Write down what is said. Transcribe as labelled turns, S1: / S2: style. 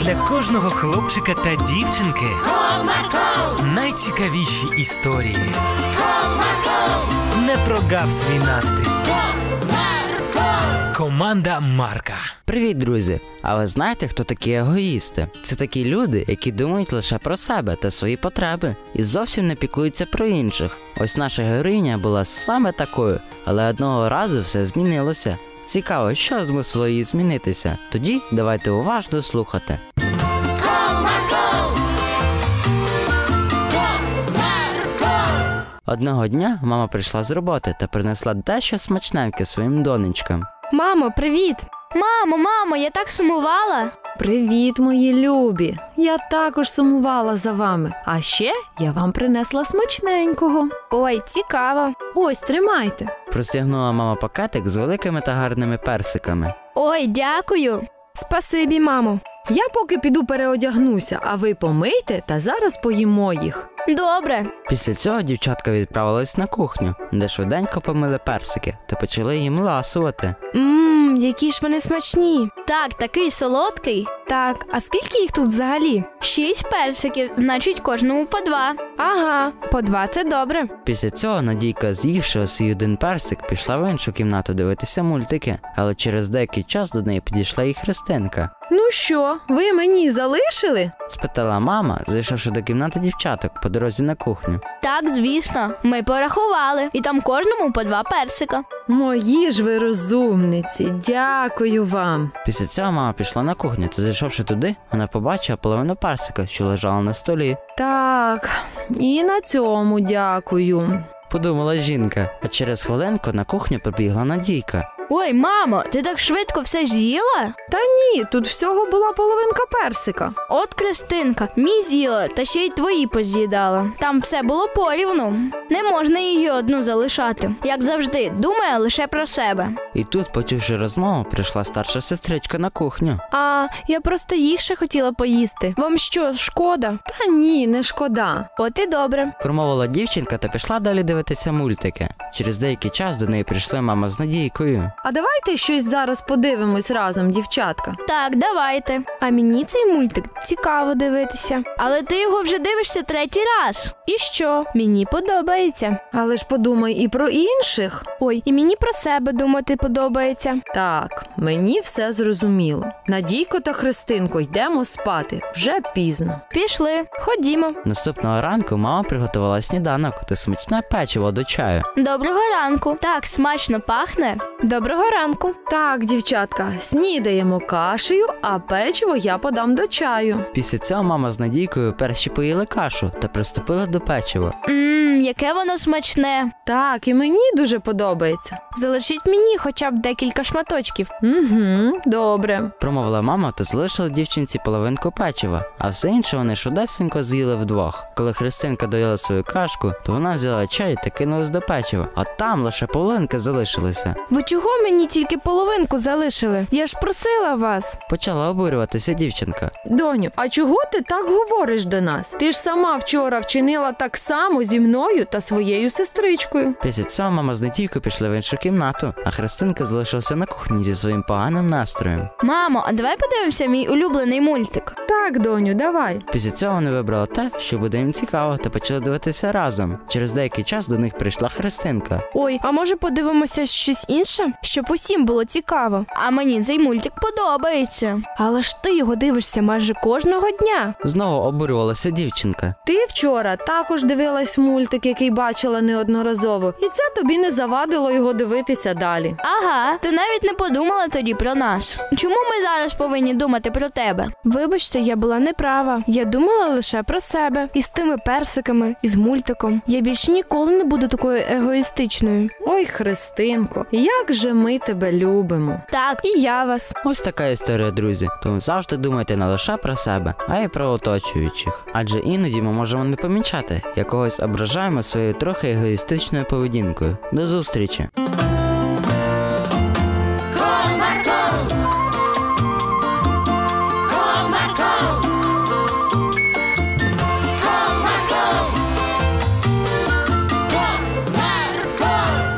S1: для кожного хлопчика та дівчинки
S2: Comarco,
S1: найцікавіші історії.
S2: Comarco,
S1: Не прогав свій настрій.
S2: Comarco.
S1: Команда Марка.
S3: Привіт, друзі! А ви знаєте, хто такі егоїсти? Це такі люди, які думають лише про себе та свої потреби і зовсім не піклуються про інших. Ось наша героїня була саме такою, але одного разу все змінилося. Цікаво, що змусило її змінитися. Тоді давайте уважно слухати. Одного дня мама прийшла з роботи та принесла дещо смачненьке своїм донечкам.
S4: Мамо, привіт!
S5: Мамо, мамо, я так сумувала.
S6: Привіт, мої любі! Я також сумувала за вами. А ще я вам принесла смачненького.
S4: Ой, цікаво.
S6: Ось тримайте.
S3: Простягнула мама пакетик з великими та гарними персиками.
S5: Ой, дякую.
S4: Спасибі, мамо.
S6: Я поки піду переодягнуся, а ви помийте та зараз поїмо їх.
S5: Добре.
S3: Після цього дівчатка відправилась на кухню, де швиденько помили персики та почали їм ласувати.
S4: Мм, які ж вони смачні.
S5: Так, такий солодкий.
S4: Так, а скільки їх тут взагалі?
S5: Шість персиків, значить кожному по два.
S4: Ага, по два це добре.
S3: Після цього Надійка, з'ївши свій один персик, пішла в іншу кімнату дивитися мультики, але через деякий час до неї підійшла і Христинка.
S6: Ну що, ви мені залишили?
S3: Спитала мама, зайшовши до кімнати дівчаток по дорозі на кухню.
S5: Так, звісно, ми порахували. І там кожному по два персика.
S6: Мої ж ви розумниці, дякую вам.
S3: Після цього мама пішла на кухню та зайшовши туди, вона побачила половину персика, що лежала на столі.
S6: Так, і на цьому дякую.
S3: Подумала жінка, а через хвилинку на кухню прибігла Надійка.
S5: Ой, мамо, ти так швидко все з'їла?
S6: Та ні, тут всього була половинка персика.
S5: От Кристинка, мій з'їла, та ще й твої поз'їдала. Там все було порівну. Не можна її одну залишати. Як завжди, думає лише про себе.
S3: І тут, почувши розмову, прийшла старша сестричка на кухню.
S4: А я просто їх ще хотіла поїсти. Вам що, шкода?
S6: Та ні, не шкода.
S4: От і добре.
S3: Промовила дівчинка та пішла далі дивитися мультики. Через деякий час до неї прийшли мама з Надійкою.
S6: А давайте щось зараз подивимось разом, дівчатка.
S5: Так, давайте.
S4: А мені цей мультик цікаво дивитися.
S5: Але ти його вже дивишся третій раз.
S4: І що? Мені подобається.
S6: Але ж подумай і про інших.
S4: Ой, і мені про себе думати подобається.
S6: Так, мені все зрозуміло. Надійко та Христинко, йдемо спати. Вже пізно.
S5: Пішли.
S4: Ходімо.
S3: Наступного ранку мама приготувала сніданок та смачне печиво до чаю.
S5: Доброго ранку. Так смачно пахне.
S4: Доброго ранку.
S6: Так, дівчатка, снідаємо кашею, а печиво я подам до чаю.
S3: Після цього мама з Надійкою перші поїли кашу та приступили до печива.
S5: Мм, яке воно смачне.
S6: Так, і мені дуже подобається.
S4: Залишіть мені хоча б декілька шматочків.
S6: Угу, добре.
S3: Промовила мама та залишила дівчинці половинку печива, а все інше вони шудесенько з'їли вдвох. Коли Христинка доїла свою кашку, то вона взяла чай та кинулась до печива, а там лише половинки залишилися.
S4: Ви чого мені тільки половинку залишили? Я ж просила вас.
S3: Почала обурюватися дівчинка.
S6: Доню, а чого ти так говориш до нас? Ти ж сама вчора вчинила так само зі мною та своєю сестричкою.
S3: Після цього мама з Надійкою пішли в іншу кімнату, а Христинка залишилася на кухні зі своїм поганим настроєм.
S5: Мамо, а давай подивимося мій улюблений мультик.
S6: Так, доню, давай.
S3: Після цього вони вибрали те, що буде їм цікаво, та почали дивитися разом. Через деякий час до них прийшла Христинка.
S4: Ой, а може подивимося щось інше, щоб усім було цікаво.
S5: А мені цей мультик подобається.
S4: Але ж ти його дивишся майже кожного дня.
S3: Знову обурювалася дівчинка.
S6: Ти вчора також дивилась мультик, який бачила неодноразово, і це тобі не завадило його дивитися далі.
S5: Ага, ти навіть не подумала тоді про нас. Чому ми зараз повинні думати про тебе?
S4: Вибачте, я була неправа. Я думала лише про себе і з тими персиками, і з мультиком. Я більше ніколи не буду такою егоїстичною.
S6: Ой, Христинко, як же ми тебе любимо.
S5: Так,
S4: І я вас.
S3: Ось така історія, друзі. Тому завжди думайте не лише про себе, а й про оточуючих. Адже іноді ми можемо не помічати, якогось ображаємо своєю трохи егоїстичною поведінкою. До зустрічі!